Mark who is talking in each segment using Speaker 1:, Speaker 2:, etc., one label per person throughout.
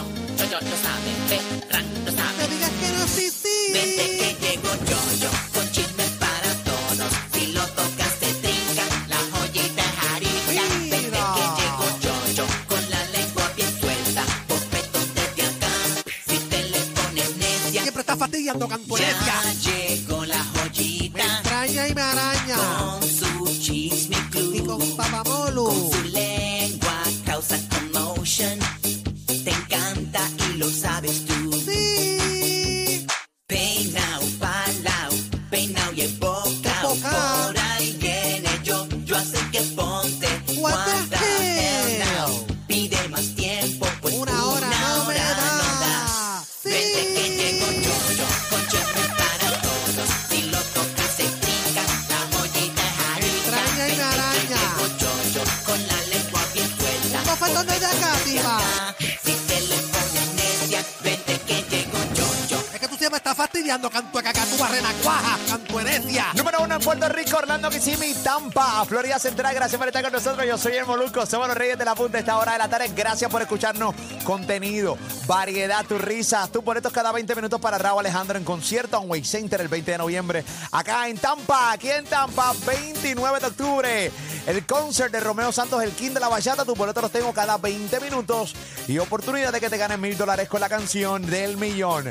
Speaker 1: lo sabe, Ferran, lo sabe. No digas que no, sí, sí. Vente que llego yo, yo, con chismes para todos. Si lo tocas te trinca, la joyita es arica. Vente que llego yo, yo, con la lengua bien suelta. Bofetos desde acá, si te le pones necia.
Speaker 2: Siempre está fastidiando cantuecia.
Speaker 1: Ya llegó la
Speaker 2: Me
Speaker 1: joyita,
Speaker 2: extraña y me araña.
Speaker 1: con su chisme
Speaker 2: Y
Speaker 1: club.
Speaker 2: con papamolo.
Speaker 1: Con su lengua causa commotion. Te encanta y lo sabes tú.
Speaker 2: Sí.
Speaker 1: Peinao, palao, peinao y embocao.
Speaker 2: Embocao.
Speaker 1: Por ahí viene yo, yo así que ponte.
Speaker 2: What the
Speaker 1: guarda
Speaker 2: hell?
Speaker 1: el now. Pide más tiempo, pues
Speaker 2: Una hora no me
Speaker 1: hora no da.
Speaker 2: da.
Speaker 1: Vente que
Speaker 2: Sí.
Speaker 1: llego yo, yo, con chisme para todos. Si lo tocas se pica, la joyita es arica.
Speaker 2: Extraña y me
Speaker 1: Vente que
Speaker 2: araña.
Speaker 1: llego yo, yo, con la lengua bien suelta.
Speaker 2: Un bofetón desde acá, tipa.
Speaker 1: Si te le pones necia, vente que llego yo, yo.
Speaker 2: Es que tú siempre estás fastidiando cantueca, cacatúa, renacuaja, cantuerecia.
Speaker 3: Número uno en Puerto Rico, Orlando, Kissimmee, Tampa, Florida Central. Gracias por estar con nosotros. Yo soy el Molusco. Somos los reyes de la punta a esta hora de la tarde. Gracias por escucharnos. Contenido, variedad, tu risa, tus boletos cada 20 minutos para Raúl Alejandro en concierto en Way Center el 20 de noviembre. Acá en Tampa, aquí en Tampa, 29 de octubre. El concert de Romeo Santos, el King de la Bachata. Tus boletos los tengo cada 20 minutos. Y oportunidad de que te ganes mil dólares con la canción del millón.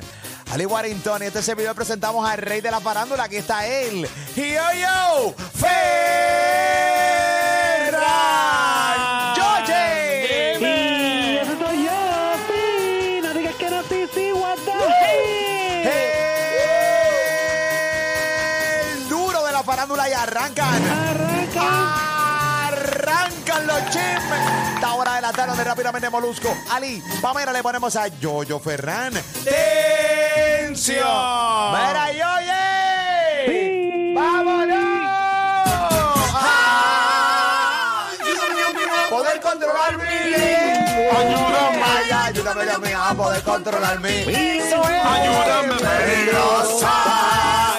Speaker 3: Ali Warrington, y este servidor presentamos al rey de la parándula, aquí está él. ¡Yo, yo! ¡Ferran! ¡Yoye!
Speaker 4: Y eso soy yo, sí. No digas que no, sí, sí, what the hey.
Speaker 3: ¡El duro de la parándula y arrancan!
Speaker 4: Arranca.
Speaker 3: ¡Arrancan los chismes! Esta hora de la tarde donde rápidamente Molusco, Ali, Pamela, le ponemos a Yoyo Ferran. ¡Tencio! ¡Mira, Yoye!
Speaker 4: Sí.
Speaker 3: ¡Vámonos! ¡Ah! Poder controlarme. Ayúdame, ay, ayúdame, Dios mío, a poder controlarme. Ayúdame, peligrosa.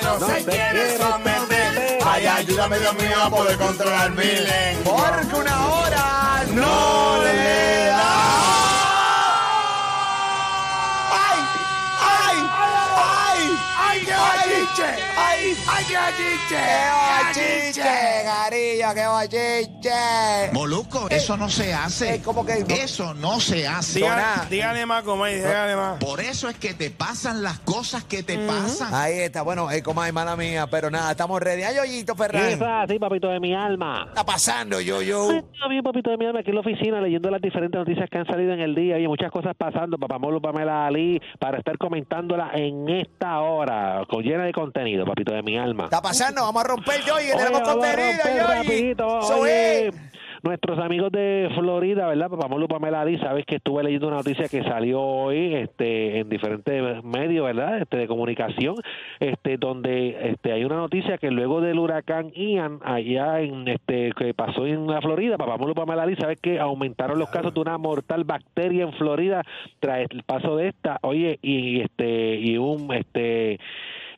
Speaker 3: No sé quiénes son meter. Ay, ayúdame, Dios mío, a poder controlar mi lengua. Porque una hora no le da. ¡Ay! ¡Ay! ¡Ay! ¡Ay, qué bachiche! ¡Ay, ay, qué oh, bachiche! ¡Qué bachiche, cariño, qué bachiche!
Speaker 5: Moluco, eso no se hace.
Speaker 3: eh, ¿cómo que no?
Speaker 5: Eso no se hace.
Speaker 3: Doná.
Speaker 6: Dígale, dígale más, Comay, dígale más.
Speaker 5: Por eso es que te pasan las cosas que te pasan.
Speaker 3: Ahí está, bueno, es como hay mala mía, pero nada, estamos ready. Ay, Yoyito Ferran.
Speaker 4: Eso es así, papito de mi alma.
Speaker 3: está pasando, yo, yo?
Speaker 4: Está bien, papito de mi alma, aquí en la oficina leyendo las diferentes noticias que han salido en el día. Oye, muchas cosas pasando, papá Molo, Pamela Ali, para estar comentándolas en esta hora, con llena de contenido, papito de mi alma.
Speaker 3: Está pasando, vamos a romper, Yoyi, que
Speaker 4: Oye,
Speaker 3: tenemos
Speaker 4: vamos a
Speaker 3: contenido,
Speaker 4: romper
Speaker 3: Yoyi.
Speaker 4: rapidito,
Speaker 3: Eso
Speaker 4: oye.
Speaker 3: es.
Speaker 4: Nuestros amigos de Florida, ¿verdad? Papá Molo Pamela Díaz, sabes que estuve leyendo una noticia que salió hoy este, en diferentes medios, ¿verdad? Este, de comunicación, este, donde este, hay una noticia que luego del huracán Ian, allá en este, que pasó en la Florida, Papá Molo Pamela Díaz, sabes que aumentaron los casos de una mortal bacteria en Florida tras el paso de esta, oye, y este, y un, este,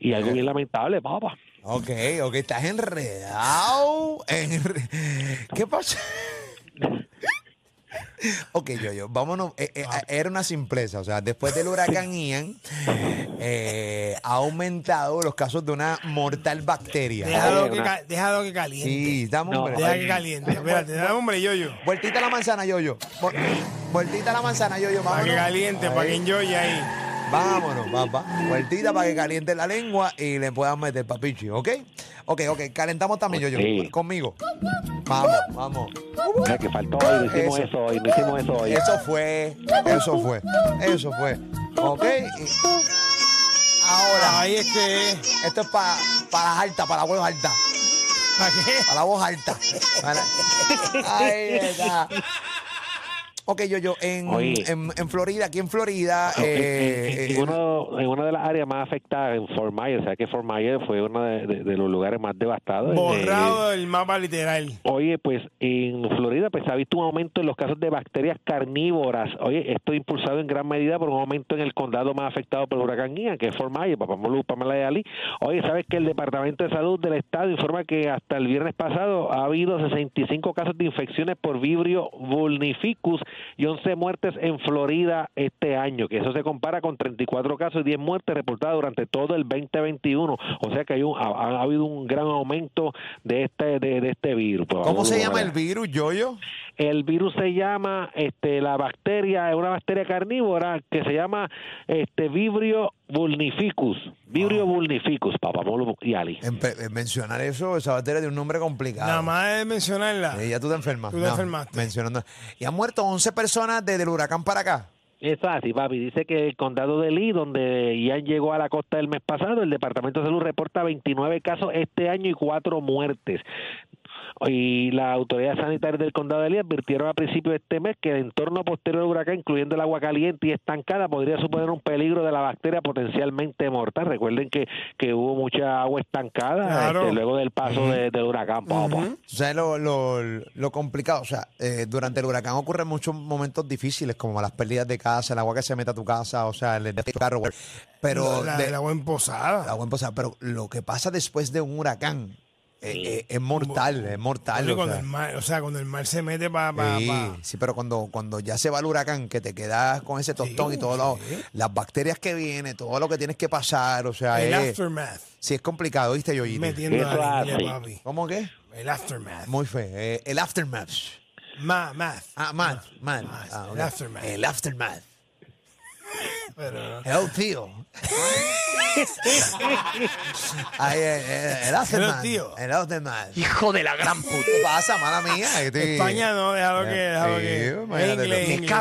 Speaker 4: y algo bien lamentable, papá.
Speaker 3: Ok, ok, estás enredado. enre- ¿Qué pasa? Ok, yo, yo, vámonos. Eh, eh,
Speaker 4: Ah.
Speaker 3: era una simpleza. O sea, después del huracán Ian, eh, ha aumentado los casos de una mortal bacteria.
Speaker 4: Ay,
Speaker 7: Déjalo que,
Speaker 4: una-
Speaker 7: ca- déjalo que caliente.
Speaker 3: Ah. Sí, dame
Speaker 4: No,
Speaker 3: hombre.
Speaker 7: Deja que caliente. Espérate, dame hombre, yo, yo.
Speaker 3: Vueltita a la manzana, Yoyo. Vu- Vueltita a la manzana, Yoyo.
Speaker 7: Para
Speaker 3: vámonos.
Speaker 7: que caliente, para que
Speaker 3: Ahí.
Speaker 7: enjoye ahí.
Speaker 3: Vámonos, papá. Vueltita para que caliente la lengua y le puedan meter papichi, ¿ok? Ok, ok. Calentamos también, Yoyo.
Speaker 4: Sí.
Speaker 3: Conmigo. Vamos, vamos.
Speaker 4: Mira, que faltó hoy, no hicimos
Speaker 3: Eso.
Speaker 4: eso hoy, no hicimos eso hoy.
Speaker 3: Eso fue, eso fue, eso fue. ¿Ok? y- Ahora,
Speaker 7: Ahí es que.
Speaker 3: esto es para las altas, para la voz alta,
Speaker 7: ¿Para qué?
Speaker 3: para la voz alta. Para- Ay, verdad. Ok, yo, yo, en,
Speaker 4: Oye.
Speaker 3: en, en Florida, aquí en Florida,
Speaker 4: en,
Speaker 3: eh,
Speaker 4: en- en uno- en una de las áreas más afectadas en Fort Myers, o sea que Fort Myers fue uno de, de- de los lugares más devastados.
Speaker 7: Borrado del mapa literal.
Speaker 4: Eh, oye, pues en Florida pues se ha visto un aumento en los casos de bacterias carnívoras. Oye, esto impulsado en gran medida por un aumento en el condado más afectado por el huracán Ian, que es Fort Myers, Papá Molu, Pamela y Ali. Oye, ¿sabes que el Departamento de Salud del Estado informa que hasta el viernes pasado ha habido 65 casos de infecciones por Vibrio vulnificus y 11 muertes en Florida este año, que eso se compara con 34 casos y 10 muertes reportadas durante todo el 2021. O sea que hay un, ha, ha habido un gran aumento de este de, de este virus.
Speaker 3: ¿cómo se llama el virus, Yoyo?
Speaker 4: El virus se llama este la bacteria, es una bacteria carnívora que se llama este Vibrio vulnificus. Vibrio
Speaker 3: Ah.
Speaker 4: vulnificus, papamolo y Ali.
Speaker 3: Empe- eh, mencionar eso, esa bacteria de un nombre
Speaker 7: Nada
Speaker 3: complicado.
Speaker 7: más de mencionarla.
Speaker 3: Eh, ya tú te enfermas.
Speaker 7: Tú te enfermaste.
Speaker 3: Mencionando. Y han muerto 11 personas desde el huracán para acá.
Speaker 4: Es así, papi. Dice que el condado de Lee, donde Ian llegó a la costa del mes pasado, el Departamento de Salud reporta 29 casos este año y cuatro muertes. Y la autoridad sanitaria del condado de Lee advirtieron a principios de este mes que el entorno posterior del huracán, incluyendo el agua caliente y estancada, podría suponer un peligro de la bacteria potencialmente mortal. Recuerden que, que hubo mucha agua estancada
Speaker 7: Claro.
Speaker 4: este, luego del paso de- del huracán, papá.
Speaker 3: O sea, lo, lo, lo complicado, o sea, eh, durante el huracán ocurren muchos momentos difíciles, como las pérdidas de casa, el agua que se mete a tu casa, o sea, el de tu carro, güey. pero
Speaker 7: la,
Speaker 3: Ah, de-
Speaker 7: la buen posada.
Speaker 3: la agua en posada, pero lo que pasa después de un huracán eh, eh, es mortal, es mortal.
Speaker 7: Oye,
Speaker 3: o
Speaker 7: cuando
Speaker 3: sea.
Speaker 7: el mar, o sea, cuando el mar se mete para.
Speaker 3: Sí, sí, pero cuando, cuando ya se va el huracán, que te quedas con ese tostón y todo lo- las bacterias que viene, todo lo que tienes que pasar, o sea,
Speaker 7: el
Speaker 3: es,
Speaker 7: aftermath.
Speaker 3: sí es complicado, ¿viste, Yoyito?
Speaker 7: Metiendo
Speaker 4: Eso
Speaker 7: la línea,
Speaker 4: hace.
Speaker 7: papi.
Speaker 3: ¿Cómo que?
Speaker 7: El aftermath.
Speaker 3: Muy fe, eh, el aftermath.
Speaker 7: Ma, math.
Speaker 3: Ah, man, man.
Speaker 7: Math,
Speaker 3: Ah, ok.
Speaker 7: el aftermath.
Speaker 3: El aftermath.
Speaker 7: Pero,
Speaker 3: El tío. Ay, eh, eh, el aftermath.
Speaker 7: El tío.
Speaker 3: El aftermath. Hijo de la gran puta. ¿Qué pasa, mala mía? Que estoy-
Speaker 7: España no, déjalo que.
Speaker 3: Sí,
Speaker 7: Déjalo que.
Speaker 3: imagínate tú.
Speaker 7: Inglés,
Speaker 3: Me
Speaker 7: inglés.
Speaker 1: tu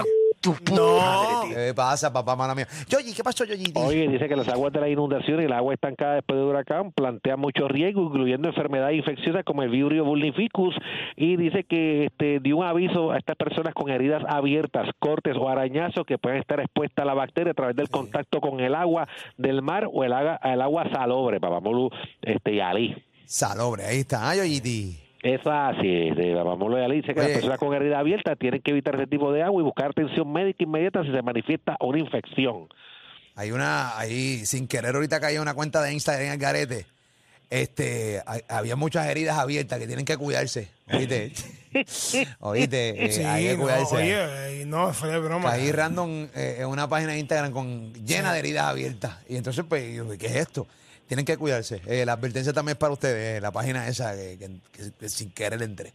Speaker 7: No.
Speaker 3: ¿Qué pasa, papá, mala mía? Yoyi, ¿qué pasó, Yoyi?
Speaker 4: Oye, dice que las aguas de la inundación y el agua estancada después del huracán plantea muchos riesgos, incluyendo enfermedades infecciosas como el vibrio vulnificus, y dice que este, dio un aviso a estas personas con heridas abiertas, cortes o arañazos que pueden estar expuestas a la bacteria a través del contacto con el agua del mar o el, aga- el agua salobre, papamolu este, y alí.
Speaker 3: Salobre, ahí está, ah, Yoyiti.
Speaker 4: Es así, de Papamolu y alí dice que
Speaker 3: Oye.
Speaker 4: las personas con herida abierta tienen que evitar ese tipo de agua y buscar atención médica inmediata si se manifiesta una infección.
Speaker 3: Hay una, ahí, sin querer, ahorita cayó una cuenta de Instagram en el garete. Este, hay- había muchas heridas abiertas que tienen que cuidarse. ¿Oíste? ¿Oíste? Eh,
Speaker 7: Sí,
Speaker 3: hay que
Speaker 7: no,
Speaker 3: cuidarse.
Speaker 7: oye, eh, no, fue de broma.
Speaker 3: Caí random eh, en una página de Instagram con llena de heridas abiertas. Y entonces, pues, yo, ¿qué es esto? Tienen que cuidarse. Eh, la advertencia también es para ustedes. eh, la página esa que, que- que- que sin querer entré.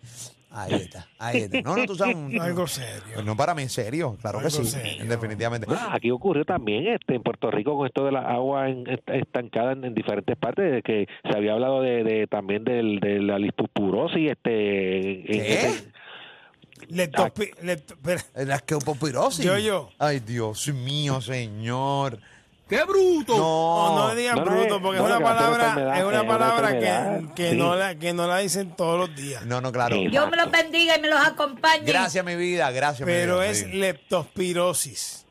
Speaker 3: Ahí está, ahí está. No, no, tú sabes. un-
Speaker 7: Algo serio.
Speaker 3: Pues no para mí, en serio. Claro que
Speaker 7: Algo
Speaker 3: sí,
Speaker 7: serio.
Speaker 3: definitivamente.
Speaker 4: Bueno, Ah, aquí ocurrió también este en Puerto Rico con esto de la agua en- est- estancada en, en diferentes partes, de que se había hablado de, de- también del, de la listopurosis. Este, en-
Speaker 3: ¿Qué?
Speaker 4: en-
Speaker 7: Leptopi- lepto- espera.
Speaker 3: Eh, Las que popirosis.
Speaker 7: Yo, yo.
Speaker 3: Ay, Dios mío, señor.
Speaker 5: ¡Qué bruto!
Speaker 7: No, Oh, no
Speaker 3: No.
Speaker 7: le digan
Speaker 4: No, no,
Speaker 7: bruto, porque
Speaker 4: no,
Speaker 7: es una
Speaker 4: que va a ser una
Speaker 7: palabra,
Speaker 4: enfermedad,
Speaker 7: es
Speaker 4: es
Speaker 7: una
Speaker 4: una
Speaker 7: palabra que,
Speaker 4: enfermedad,
Speaker 7: que
Speaker 4: sí.
Speaker 7: no la, que no la dicen todos los días.
Speaker 3: No, no, claro.
Speaker 4: Sí.
Speaker 8: Dios me los bendiga y me los acompañe.
Speaker 3: Gracias, mi vida, gracias, mi
Speaker 7: Pero
Speaker 3: vida,
Speaker 7: es
Speaker 3: sí.
Speaker 7: leptospirosis.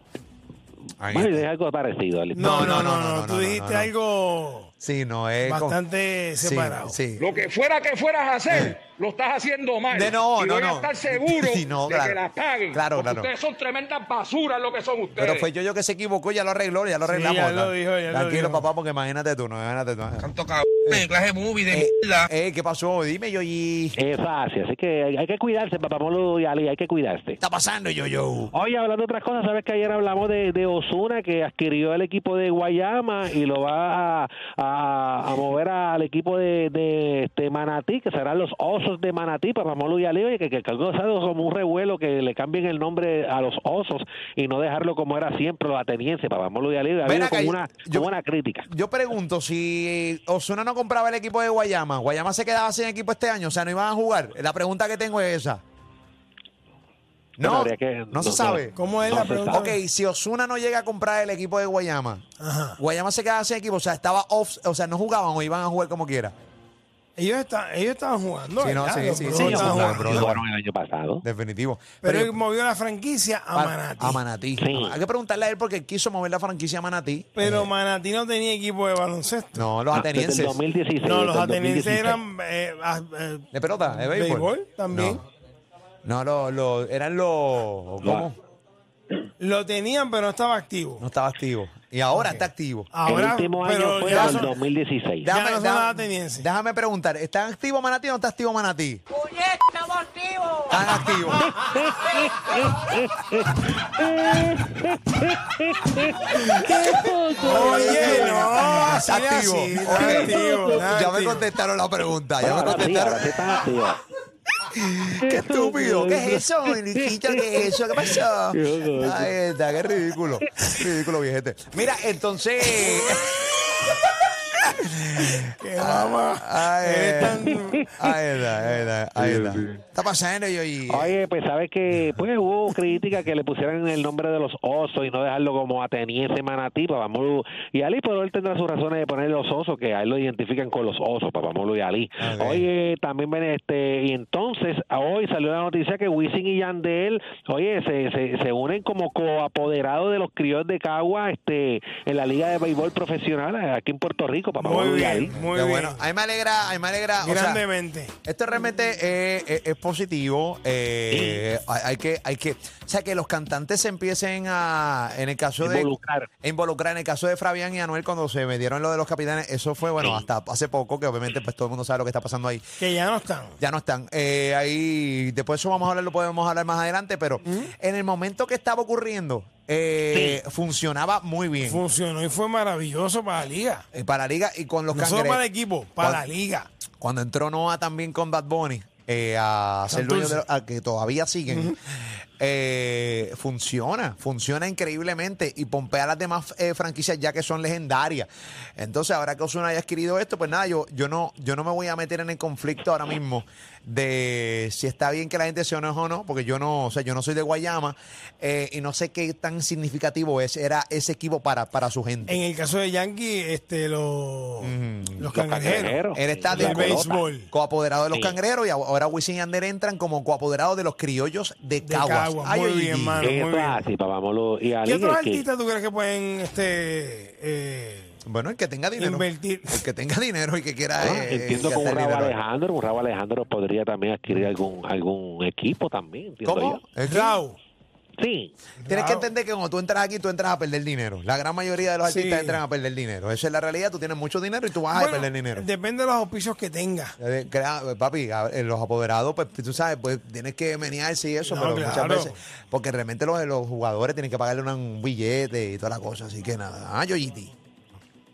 Speaker 3: Ahí
Speaker 4: bueno,
Speaker 3: está.
Speaker 4: es algo parecido. al-
Speaker 7: No, no, no, no.
Speaker 3: no,
Speaker 7: Tú
Speaker 3: no,
Speaker 7: dijiste
Speaker 3: no.
Speaker 7: algo
Speaker 3: Sí, no es. con-
Speaker 7: bastante
Speaker 3: Sí,
Speaker 7: separado.
Speaker 3: Sí.
Speaker 9: Lo que fuera que fueras a hacer, lo estás haciendo mal.
Speaker 3: De no,
Speaker 9: y
Speaker 3: no,
Speaker 9: voy
Speaker 3: no.
Speaker 9: a estar seguro
Speaker 3: Sí, no,
Speaker 9: de
Speaker 3: claro.
Speaker 9: que las paguen.
Speaker 3: Claro,
Speaker 9: porque
Speaker 3: claro.
Speaker 9: Ustedes son tremendas basuras lo que son ustedes.
Speaker 3: Pero fue yo, yo que se equivocó, ya lo arregló, ya lo
Speaker 7: Sí,
Speaker 3: arreglamos.
Speaker 7: ya lo dijo, ya lo
Speaker 3: Tranquilo,
Speaker 7: dijo.
Speaker 3: papá, porque imagínate tú, no, imagínate tú.
Speaker 5: Tanto cabrón.
Speaker 9: de clase de movie de mierda.
Speaker 3: Eh, ¿Qué pasó? Dime, Yoyi.
Speaker 4: Es fácil, así que hay, hay que cuidarse, papá Molo y Ali, hay que cuidarse.
Speaker 3: está pasando, Yoyo?
Speaker 4: Oye, hablando de otras cosas, sabes que ayer hablamos de, de Osuna que adquirió el equipo de Guayama y lo va a, a- a mover al equipo de, de, este, Manatí, que serán los Osos de Manatí, para Molu y Ali, oye, que, que, que algo sea como un revuelo que le cambien el nombre a los Osos y no dejarlo como era siempre los atenienses, para Molu y Ali, ha habido
Speaker 3: acá,
Speaker 4: como
Speaker 3: yo-
Speaker 4: una,
Speaker 3: yo-
Speaker 4: como una crítica.
Speaker 3: Yo pregunto, si Osuna no compraba el equipo de Guayama, ¿Guayama se quedaba sin equipo este año? O sea, ¿no iban a jugar? La pregunta que tengo es esa.
Speaker 4: Bueno,
Speaker 3: No,
Speaker 4: habría que-
Speaker 3: no se sabe.
Speaker 7: ¿Cómo es
Speaker 4: No
Speaker 7: la
Speaker 4: se
Speaker 7: pregunta?
Speaker 3: Ok, si Osuna no llega a comprar el equipo de Guayama,
Speaker 7: Ajá.
Speaker 3: Guayama se quedaba sin equipo, o sea, estaba off, o sea, no jugaban o iban a jugar como quiera.
Speaker 7: Ellos, está- ellos estaban jugando.
Speaker 3: Sí, no,
Speaker 7: ¿verdad?
Speaker 3: sí,
Speaker 7: Los
Speaker 3: sí,
Speaker 7: Bravos
Speaker 3: sí, ellos
Speaker 7: estaban
Speaker 4: Ellos
Speaker 7: jugando.
Speaker 3: jugaron, bro.
Speaker 4: jugaron el año pasado.
Speaker 3: Definitivo.
Speaker 7: Pero
Speaker 3: yo-
Speaker 7: él movió la franquicia a
Speaker 3: Pa-
Speaker 7: Manatí.
Speaker 3: A Manatí.
Speaker 4: Sí.
Speaker 3: Hay que preguntarle a él porque él quiso mover la franquicia a Manatí. Eh,
Speaker 7: Pero Manatí no tenía equipo de baloncesto.
Speaker 3: No, los
Speaker 4: Ah, desde el
Speaker 3: atenienses.
Speaker 4: 2016,
Speaker 7: No, los
Speaker 4: desde el
Speaker 7: atenienses
Speaker 4: 2016.
Speaker 7: eran. eh, ah, eh,
Speaker 3: ¿De pelota? ¿De béisbol?
Speaker 7: Béisbol también.
Speaker 3: No, no lo- lo- eran los... ¿Cómo?
Speaker 7: Lo tenían, pero no estaba activo.
Speaker 3: No estaba activo. Y ahora está activo.
Speaker 7: Ahora,
Speaker 4: el último
Speaker 7: pero
Speaker 4: año fue
Speaker 7: ya
Speaker 4: el
Speaker 7: son-
Speaker 4: 2016.
Speaker 7: Ah, Ya no son atenienses.
Speaker 3: déjame preguntar, ¿está activo Manatí o no está activo Manatí?
Speaker 8: ¡Estamos activos!
Speaker 3: Están activos.
Speaker 7: Oye, no, así
Speaker 3: Está
Speaker 7: le
Speaker 3: activo.
Speaker 7: así,
Speaker 3: Ok.
Speaker 7: está activo, está
Speaker 3: Ya me
Speaker 7: activo.
Speaker 3: contestaron la pregunta. Ya
Speaker 4: Bueno,
Speaker 3: me
Speaker 4: ahora sí,
Speaker 3: contestaron.
Speaker 4: ahora sí están activos.
Speaker 3: Qué estúpido. ¿Qué es eso, niñito? ¿Qué es eso? ¿Qué pasó? Ahí está, qué ridículo. Ridículo, viejete. Mira, entonces.
Speaker 7: Qué mamá.
Speaker 3: Ahí
Speaker 7: Eres
Speaker 3: está,
Speaker 7: tan-
Speaker 3: eh, ahí está, ahí está. Está pasando yo y.
Speaker 4: Oye, pues sabes que pues hubo crítica que le pusieran el nombre de los osos y no dejarlo como ateniense manatí, papamolu y Ali, pero él tendrá sus razones de poner los osos, que a él lo identifican con los osos, papamolu y Ali.
Speaker 3: Ok.
Speaker 4: Oye, también ven este, y entonces hoy salió la noticia que Wisin y Yandel, oye, se, se, se unen como coapoderados de los críos de Cagua, este, en la liga de béisbol profesional eh, aquí en Puerto Rico,
Speaker 7: Muy
Speaker 4: papamolu y Ali.
Speaker 7: bien, muy
Speaker 3: Qué
Speaker 7: bien.
Speaker 3: bueno. A mí me alegra, a mí me alegra. o sea,
Speaker 7: Grandemente.
Speaker 3: esto realmente eh, es, es positivo. eh, hay, hay que, hay que, o sea, que los cantantes se empiecen a, en el caso de
Speaker 4: Involucrar.
Speaker 3: a E involucrar. En el caso de Fabián y Anuel cuando se metieron lo de los capitanes, eso fue bueno hasta hace poco que obviamente pues todo el mundo sabe lo que está pasando ahí.
Speaker 7: que ya no están.
Speaker 3: Ya no están. Eh, ahí, después de eso vamos a hablar, lo podemos hablar más adelante, pero en el momento que estaba ocurriendo, eh, funcionaba muy bien.
Speaker 7: Funcionó y fue maravilloso para la liga.
Speaker 3: Eh, para la liga y con los
Speaker 7: No solo
Speaker 3: cangre-
Speaker 7: para el equipo, para la
Speaker 3: Cuando-
Speaker 7: liga.
Speaker 3: Cuando entró Noah también con Bad Bunny eh, a ser dueño de los- a que todavía siguen, eh, funciona, funciona increíblemente y pompea las demás eh, franquicias ya que son legendarias. Entonces, ahora que Osuna haya adquirido esto, pues nada, yo, yo, no, yo no me voy a meter en el conflicto ahora mismo de si está bien que la gente se enoje o no, porque yo no, o sea, yo no soy de Guayama eh, y no sé qué tan significativo es, era ese equipo para, para su gente.
Speaker 7: En el caso de Yankee, este, los, los
Speaker 4: cangrejeros.
Speaker 7: cangrejeros.
Speaker 3: Él está
Speaker 7: Del
Speaker 3: de
Speaker 4: La pelota.
Speaker 7: béisbol.
Speaker 3: coapoderado de los
Speaker 4: Sí.
Speaker 3: cangrejeros y ahora Wisin y Ander entran como coapoderados de los criollos de
Speaker 7: De
Speaker 3: Caguas.
Speaker 7: Caguas,
Speaker 3: Ay,
Speaker 7: muy
Speaker 3: oye,
Speaker 7: bien, mano. Muy
Speaker 4: Eso es
Speaker 7: bien.
Speaker 4: así, papamolu y Ali.
Speaker 7: ¿Qué otros
Speaker 4: es que-
Speaker 7: artistas tú crees que pueden este, eh,
Speaker 3: Bueno, el que tenga dinero.
Speaker 7: invertir?
Speaker 3: El que tenga dinero y que quiera.
Speaker 4: Ah,
Speaker 3: eh,
Speaker 4: entiendo
Speaker 3: eh,
Speaker 4: con un
Speaker 3: gastar
Speaker 4: Raúl
Speaker 3: dinero.
Speaker 4: Alejandro, un Raúl Alejandro podría también adquirir algún algún equipo también, entiendo
Speaker 3: ¿Cómo?
Speaker 4: yo.
Speaker 3: Es que
Speaker 7: Rao.
Speaker 4: Sí,
Speaker 3: Tienes que
Speaker 7: Raúl.
Speaker 3: entender que cuando tú entras aquí, tú entras a perder dinero. La gran mayoría de los
Speaker 7: Sí.
Speaker 3: artistas entran a perder dinero. Esa es la realidad. Tú tienes mucho dinero y tú vas a
Speaker 7: Bueno,
Speaker 3: perder dinero.
Speaker 7: Depende de los auspicios que tenga.
Speaker 3: Eh, crea- eh, Papi, a- eh, los apoderados, pues tú sabes, pues tienes que menearse y eso,
Speaker 7: No,
Speaker 3: pero muchas
Speaker 7: claro.
Speaker 3: veces, porque realmente los, los jugadores tienen que pagarle una- un billete y toda la cosa, así que nada. Ah, Yoyiti.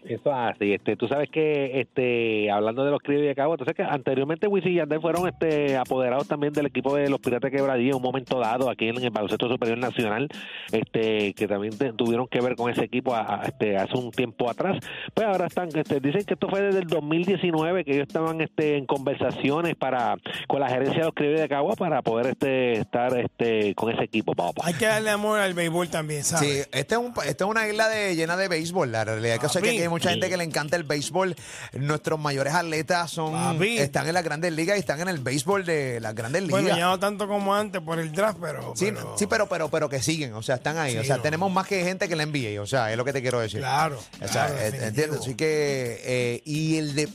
Speaker 4: eso es así. Este, tú sabes que este hablando de los críos de Cabo, entonces que anteriormente Wisin y Yandel fueron este apoderados también del equipo de los Piratas de Quebradilla en un momento dado aquí en el baloncesto superior nacional, este que también te- tuvieron que ver con ese equipo a- a- este, hace un tiempo atrás. Pues ahora están este, dicen que esto fue desde el 2019 que ellos estaban este en conversaciones para con la gerencia de los críos de Cabo para poder este estar este con ese equipo, papá.
Speaker 7: Hay que darle amor al béisbol también, ¿sabes?
Speaker 3: Sí, este es un, pa- esta es una isla de, llena de béisbol. La realidad que, o sea, que aquí hay mucha gente que le encanta el béisbol. Nuestros mayores atletas son
Speaker 7: Papi.
Speaker 3: están en las grandes ligas y están en el béisbol de las grandes ligas.
Speaker 7: Bueno, ya no tanto como antes por el draft, pero.
Speaker 3: Sí, pero... sí, pero, pero, pero que siguen, o sea, están ahí. o
Speaker 7: Sí,
Speaker 3: sea,
Speaker 7: no.
Speaker 3: tenemos más que gente que la envíe, o sea, es lo que te quiero decir.
Speaker 7: Claro,
Speaker 3: O sea,
Speaker 7: claro,
Speaker 3: eh,
Speaker 7: definitivo.
Speaker 3: entiendo. Así que, eh, y el de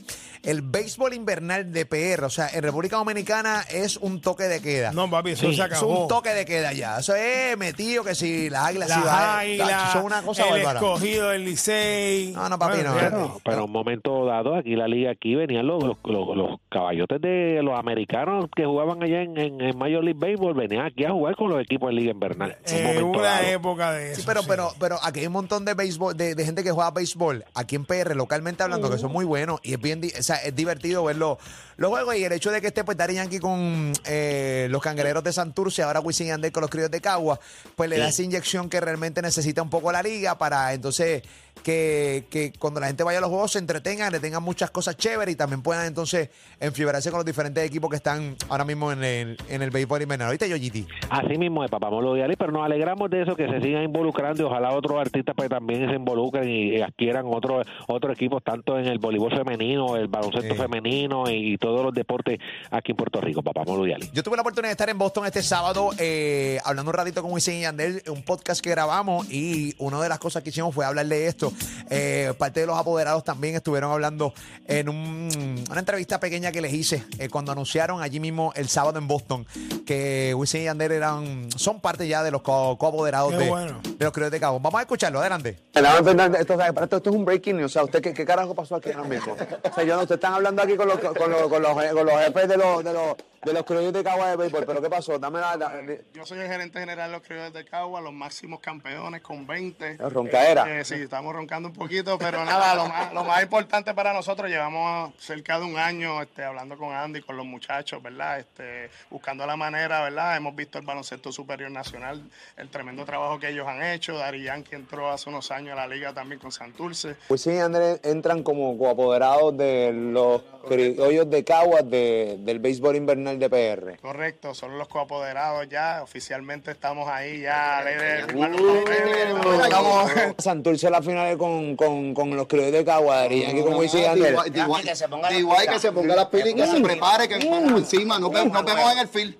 Speaker 3: el béisbol invernal de PR. O sea, en República Dominicana es un toque de queda.
Speaker 7: No, papi, eso se
Speaker 3: Es
Speaker 7: acabó.
Speaker 3: un toque de queda ya. Eso es eh, metido que si las águilas si
Speaker 7: Las
Speaker 3: va- eh,
Speaker 7: águilas,
Speaker 3: son una cosa
Speaker 7: el
Speaker 3: bárbara.
Speaker 7: escogido, el licey.
Speaker 3: No, no, papi,
Speaker 7: Bueno,
Speaker 3: no.
Speaker 7: fíjate.
Speaker 3: no.
Speaker 4: Pero en un momento dado, aquí la liga, aquí venían los, los, los- los caballotes de los americanos que jugaban allá en, en, en Major League Baseball, venían aquí a jugar con los equipos de Liga Invernal. En un
Speaker 7: Eh,
Speaker 4: momento
Speaker 7: una
Speaker 4: dado.
Speaker 7: época de eso.
Speaker 3: Sí, pero,
Speaker 7: sí.
Speaker 3: pero, pero aquí hay un montón de béisbol, de, de gente que juega béisbol, aquí en PR, localmente hablando, que son muy buenos y es bien di- o sea, es divertido ver los, los juegos. Y el hecho de que esté pues Daddy Yankee con eh, los cangrejeros de Santurce, ahora Wisin y Yandel con los críos de Cagua, pues le da esa inyección que realmente necesita un poco la liga para entonces que, que cuando la gente vaya a los juegos se entretengan, le tengan muchas cosas chéveres y también puedan entonces enfiebrarse con los diferentes equipos que están ahora mismo en el, en el béisbol invernal. ¿Viste, Yoyiti?
Speaker 4: Así mismo es, papá Molo y Ali, pero nos alegramos de eso, que se sigan involucrando y ojalá otros artistas pues, también se involucren y adquieran otros otros equipos, tanto en el voleibol femenino, el baloncesto femenino y, todos los deportes aquí en Puerto Rico, papá Molo y Ali.
Speaker 3: Yo tuve la oportunidad de estar en Boston este sábado eh, hablando un ratito con Wisin y Yandel, un podcast que grabamos y una de las cosas que hicimos fue hablarle de esto. Eh, parte de los apoderados también estuvieron hablando en un- una entrevista pequeña que les hice eh, cuando anunciaron allí mismo el sábado en Boston que Wisin y Yandel eran, son parte ya de los co- coapoderados
Speaker 7: Qué
Speaker 3: de,
Speaker 7: bueno.
Speaker 3: de los Criollos de Cabo. Vamos a escucharlo, adelante.
Speaker 10: Adelante, Fernández, Esto, o sea, espérate, esto es un breaking news. O sea, ¿usted qué, qué carajo pasó aquí ahora mismo? O sea, yo no, ustedes están hablando aquí con los, con los, con los, con los jefes de los, de los, de los criollos de Cagua de béisbol. ¿Pero qué pasó? Dame la... la-
Speaker 11: Yo soy el gerente general de los criollos de Cagua, los máximos campeones con 20.
Speaker 10: La roncaera.
Speaker 11: Eh, sí, estamos roncando un poquito, pero nada, lo más, lo más importante para nosotros, llevamos cerca de un año este, hablando con Andy, con los muchachos, ¿verdad? Este, buscando la manera, ¿verdad? Hemos visto el baloncesto superior nacional, el tremendo trabajo que ellos han hecho. Dari Yankee entró hace unos años a la liga también con Santurce.
Speaker 10: Wisin y Pues Andrés entran como coapoderados de los criollos de Cagua de- del béisbol invernal de PR.
Speaker 11: Correcto, son los coapoderados ya, oficialmente estamos ahí ya, ley de firmar los papeles, estamos- estamos,
Speaker 10: Santurce la final con, con, con los criollos de Cagua, Darían aquí con Wisin y
Speaker 2: Ah,
Speaker 10: Yandel.
Speaker 2: D.Y. que se ponga D.Y. que se ponga las pilas y que se prepare, que encima, nos vemos nos vemos en el film.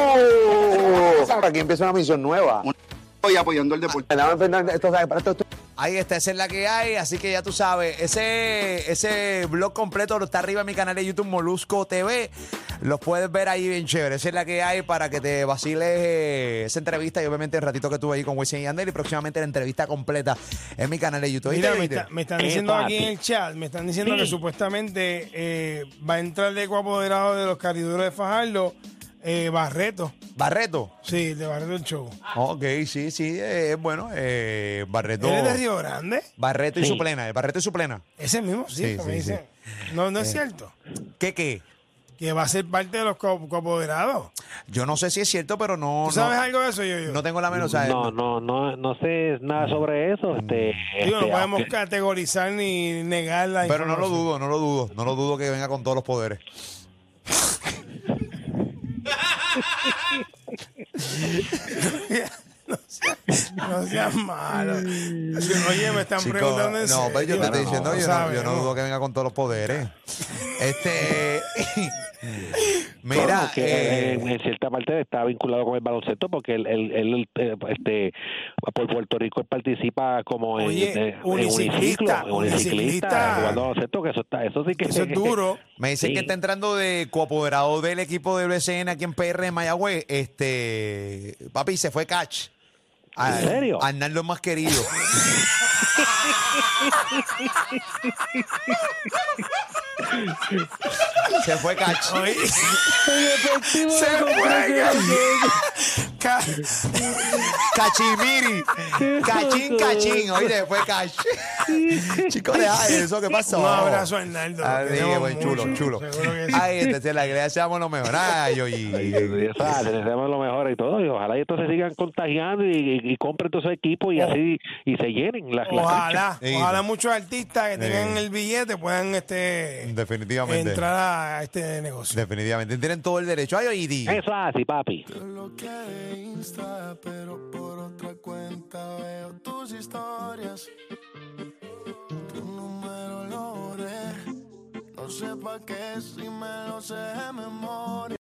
Speaker 10: ¡Uh! Aquí empieza una misión nueva.
Speaker 2: Y apoyando el deporte.
Speaker 10: Adelante, Fernández, Esto, o sea, espérate, esto
Speaker 3: Ahí está, esa es la que hay, así que ya tú sabes, ese, ese blog completo está arriba en mi canal de YouTube Molusco TV, los puedes ver ahí bien chévere, esa es la que hay para que te vaciles eh, esa entrevista y obviamente el ratito que tuve ahí con Wisin y Yandel y próximamente la entrevista completa en mi canal de YouTube.
Speaker 7: Mira,
Speaker 3: ¿Viste,
Speaker 7: me,
Speaker 3: viste?
Speaker 7: está- me están diciendo aquí en el chat, me están diciendo
Speaker 3: Sí.
Speaker 7: que supuestamente eh, va a entrar de coapoderado de los cariduros de Fajardo, eh, Barreto.
Speaker 3: Barreto.
Speaker 7: Sí, de Barreto el Show.
Speaker 3: Ok, sí, sí, eh, es bueno, eh, Barreto.
Speaker 7: ¿Eres de Río Grande?
Speaker 3: Barreto y
Speaker 7: Sí.
Speaker 3: su plena, eh, Barreto y su plena.
Speaker 7: Ese mismo, sí,
Speaker 3: Sí,
Speaker 7: que
Speaker 3: sí,
Speaker 7: me dicen. No, no es
Speaker 3: Eh.
Speaker 7: cierto.
Speaker 3: ¿Qué qué?
Speaker 7: Que va a ser parte de los co- coapoderados.
Speaker 3: Yo no sé si es cierto, pero no...
Speaker 7: ¿Tú sabes
Speaker 3: no,
Speaker 7: algo de eso, yo? yo?
Speaker 3: no tengo la menor... o sea,
Speaker 4: No, no, no, no sé nada sobre eso. Este,
Speaker 7: Digo, no
Speaker 4: este,
Speaker 7: podemos
Speaker 4: aunque-
Speaker 7: categorizar ni negar la
Speaker 3: Pero no lo
Speaker 7: información.
Speaker 3: dudo, no lo dudo, no lo dudo que venga con todos los poderes.
Speaker 7: No seas malo. Oye, me están
Speaker 3: Chico,
Speaker 7: preguntando en
Speaker 3: no, pero yo
Speaker 7: serio.
Speaker 3: te estoy diciendo, yo, no,
Speaker 7: sabes,
Speaker 3: yo no dudo que venga con todos los poderes. Este. Mira,
Speaker 4: Porque,
Speaker 3: eh,
Speaker 4: eh, en cierta parte está vinculado con el baloncesto porque él, él- él, eh, este, por Puerto Rico él participa como en,
Speaker 7: Oye,
Speaker 4: eh, en
Speaker 7: uniciclista,
Speaker 4: uniciclo, en uniciclista,
Speaker 7: uniciclista.
Speaker 4: jugando baloncesto, que eso está, eso sí que
Speaker 7: Eso es duro.
Speaker 3: me dicen
Speaker 4: sí.
Speaker 3: que está entrando de coapoderado del equipo de WSN aquí en PR de Mayagüez. Este. Papi, se fue Catch. A-
Speaker 4: ¿En serio?
Speaker 3: Arnaldo es más querido. se fue Catch.
Speaker 7: Oye,
Speaker 3: se fue
Speaker 7: ca-
Speaker 3: Cachimiri. Cachín, cachín. Oye, fue Catch. Chicos, deja eso, ¿qué pasó?
Speaker 7: un abrazo a Arnaldo. lo
Speaker 3: Ah, sí,
Speaker 7: queremos
Speaker 3: buen chulo,
Speaker 7: mucho,
Speaker 3: chulo.
Speaker 7: seguro que sí.
Speaker 3: Ay, entonces la iglesia seamos lo mejor. Ay, oye.
Speaker 4: Ah, les deseamos lo mejor y todo, y ojalá y estos se sigan contagiando y, y, y compren todos esos equipos y así y se llenen las las
Speaker 7: Ojalá,
Speaker 3: Sí.
Speaker 7: ojalá muchos artistas que tengan
Speaker 3: Sí.
Speaker 7: el billete puedan este
Speaker 3: Definitivamente.
Speaker 7: entrar a este negocio.
Speaker 3: Definitivamente. Tienen todo el derecho. Ay, oye.
Speaker 4: canchas. Eso es así, papi.
Speaker 12: No sé pa' qué si me lo sé de memoria.